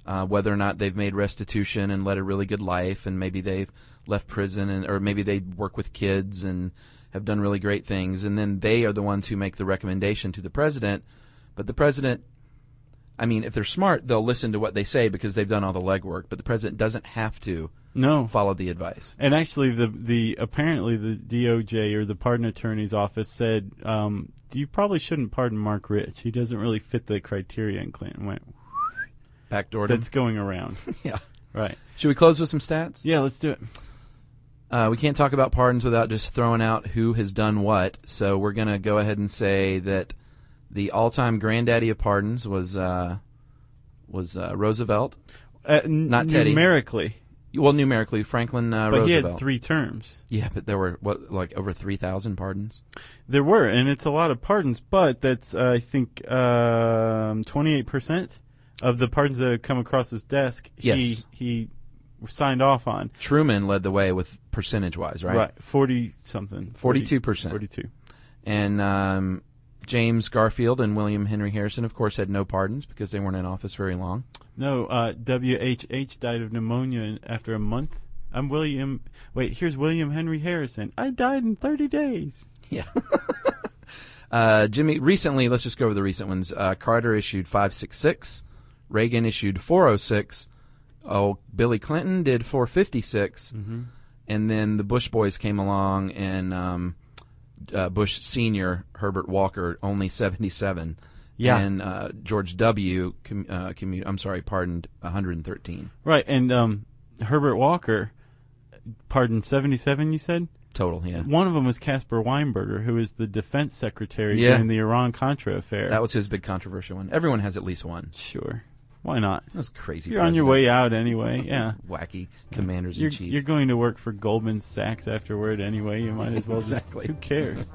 Speaker 3: uh, whether or not they've made restitution and led a really good life, and maybe they've left prison, and or maybe they work with kids and have done really great things, and then they are the ones who make the recommendation to the president. But the president, I mean, if they're smart, they'll listen to what they say because they've done all the legwork. But the president doesn't have to
Speaker 2: No,
Speaker 3: follow the advice.
Speaker 2: And actually, the the apparently the DOJ or the pardon attorney's office said um, you probably shouldn't pardon Mark Rich. He doesn't really fit the criteria. And Clinton went,
Speaker 3: Backdoor them.
Speaker 2: "That's going around."
Speaker 3: Yeah.
Speaker 2: right.
Speaker 3: Should we close with some stats?
Speaker 2: Yeah, let's do it.
Speaker 3: Uh, we can't talk about pardons without just throwing out who has done what. So we're going to go ahead and say that the all-time granddaddy of pardons was uh, was uh, Roosevelt.
Speaker 2: Uh, n-
Speaker 3: Not Teddy.
Speaker 2: numerically,
Speaker 3: Well, numerically, Franklin uh,
Speaker 2: but
Speaker 3: Roosevelt.
Speaker 2: he had three terms.
Speaker 3: Yeah, but there were what like over three thousand pardons.
Speaker 2: There were, and it's a lot of pardons, but that's uh, I think twenty eight percent of the pardons that have come across his desk.
Speaker 3: Yes.
Speaker 2: He he signed off on
Speaker 3: Truman led the way with percentage-wise, right?
Speaker 2: forty something
Speaker 3: 42%.
Speaker 2: forty two.
Speaker 3: And um, James Garfield and William Henry Harrison, of course, had no pardons because they weren't in office very long.
Speaker 2: No, uh, WHH died of pneumonia in- after a month. I'm William. Wait, here's William Henry Harrison. I died in 30 days.
Speaker 3: Yeah. uh, Jimmy, recently, let's just go over the recent ones. Uh, Carter issued 566. Reagan issued 406. Oh, Billy Clinton did 456.
Speaker 2: Mm-hmm.
Speaker 3: And then the Bush boys came along, and um, uh, Bush Sr., Herbert Walker, only 77.
Speaker 2: Yeah.
Speaker 3: And uh, George W., com- uh, commu- I'm sorry, pardoned 113
Speaker 2: Right, and um, Herbert Walker, pardon, 77, you said?
Speaker 3: total, yeah.
Speaker 2: One of them was Casper Weinberger, who was the defense secretary
Speaker 3: Yeah.
Speaker 2: during the Iran Contra affair.
Speaker 3: That was his big controversial one. Everyone has at least one.
Speaker 2: sure. Why not?
Speaker 3: That was crazy.
Speaker 2: You're on your way
Speaker 3: presidents.
Speaker 2: out anyway. Yeah.
Speaker 3: Those Wacky commanders
Speaker 2: You're,
Speaker 3: in chief.
Speaker 2: you're going to work for Goldman Sachs afterward anyway. You might as well
Speaker 3: Exactly.
Speaker 2: just. Who cares?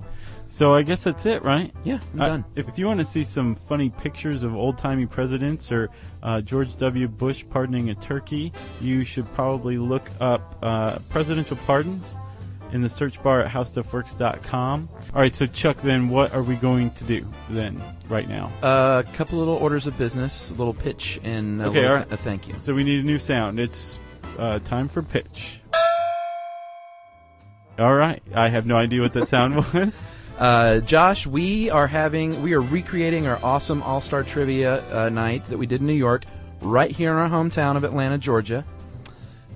Speaker 2: So I guess that's it, right?
Speaker 3: yeah, I'm
Speaker 2: Uh,
Speaker 3: done.
Speaker 2: If if you want to see some funny pictures of old timey presidents or uh, George W. Bush pardoning a turkey, you should probably look up uh, presidential pardons in the search bar at howstuffworks.com. All right, so Chuck, then what are we going to do then right now?
Speaker 3: A couple little orders of business, a little pitch, and a,
Speaker 2: Okay,
Speaker 3: little
Speaker 2: all right.
Speaker 3: a thank you.
Speaker 2: So we need a new sound. It's uh, time for pitch. All right. I have no idea what that sound was.
Speaker 3: Uh, Josh, we are having we are recreating our awesome All Star Trivia uh, night that we did in New York, right here in our hometown of Atlanta, Georgia,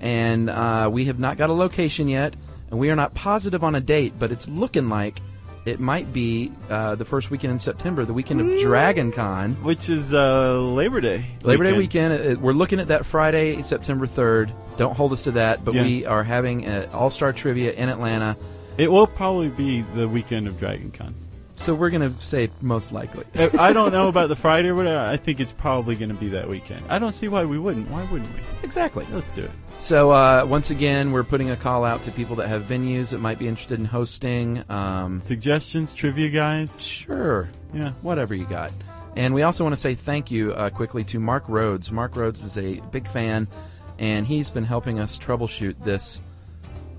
Speaker 3: and uh, we have not got a location yet, and we are not positive on a date, but it's looking like it might be uh, the first weekend in September, the weekend of Dragon Con.
Speaker 2: Which is uh, Labor Day.
Speaker 3: Labor Day weekend. uh, We're looking at that Friday, September 3rd. Don't hold us to that, but
Speaker 2: Yeah.
Speaker 3: we are having an All Star Trivia in Atlanta.
Speaker 2: It will probably be the weekend of Dragon Con.
Speaker 3: So we're going to say most likely.
Speaker 2: I Uh, I don't know about the Friday or whatever. I think it's probably going to be that weekend. I don't see why we wouldn't. Why wouldn't we?
Speaker 3: Exactly.
Speaker 2: Let's do it.
Speaker 3: So uh, once again, we're putting a call out to people that have venues that might be interested in hosting. Um,
Speaker 2: Suggestions, trivia, guys.
Speaker 3: sure,
Speaker 2: Yeah.
Speaker 3: whatever you got. And we also want to say thank you uh, quickly to Mark Rhodes. Mark Rhodes is a big fan, and he's been helping us troubleshoot this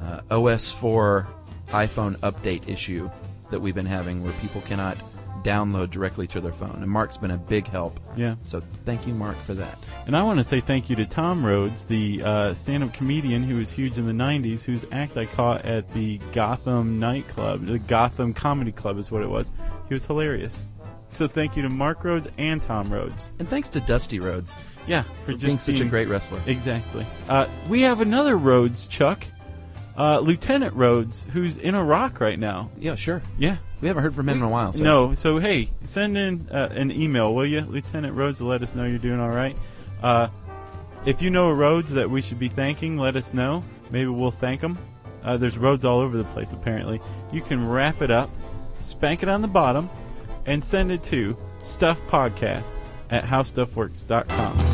Speaker 3: uh, OS4 iPhone update issue that we've been having where people cannot download directly to their phone. And Mark's been a big help.
Speaker 2: Yeah.
Speaker 3: So thank you, Mark, for that.
Speaker 2: And I want to say thank you to Tom Rhodes, the uh, stand-up comedian who was huge in the '90s, whose act I caught at the Gotham nightclub, the Gotham Comedy Club is what it was. He was hilarious. So thank you to Mark Rhodes and Tom Rhodes.
Speaker 3: And thanks to Dusty Rhodes
Speaker 2: Yeah, for,
Speaker 3: for
Speaker 2: just
Speaker 3: being such a
Speaker 2: being-
Speaker 3: great wrestler.
Speaker 2: Exactly. Uh, we have another Rhodes, Chuck, uh, Lieutenant Rhodes, who's in Iraq right now.
Speaker 3: Yeah, sure.
Speaker 2: Yeah.
Speaker 3: We haven't heard from him in a while. So
Speaker 2: No, so hey, send in uh, an email, will you, Lieutenant Rhodes? To let us know you're doing all right. Uh, if you know a Rhodes that we should be thanking, let us know. Maybe we'll thank them. Uh, there's Rhodes all over the place, apparently. You can wrap it up, spank it on the bottom, and send it to Stuff Podcast at HowStuffWorks.com.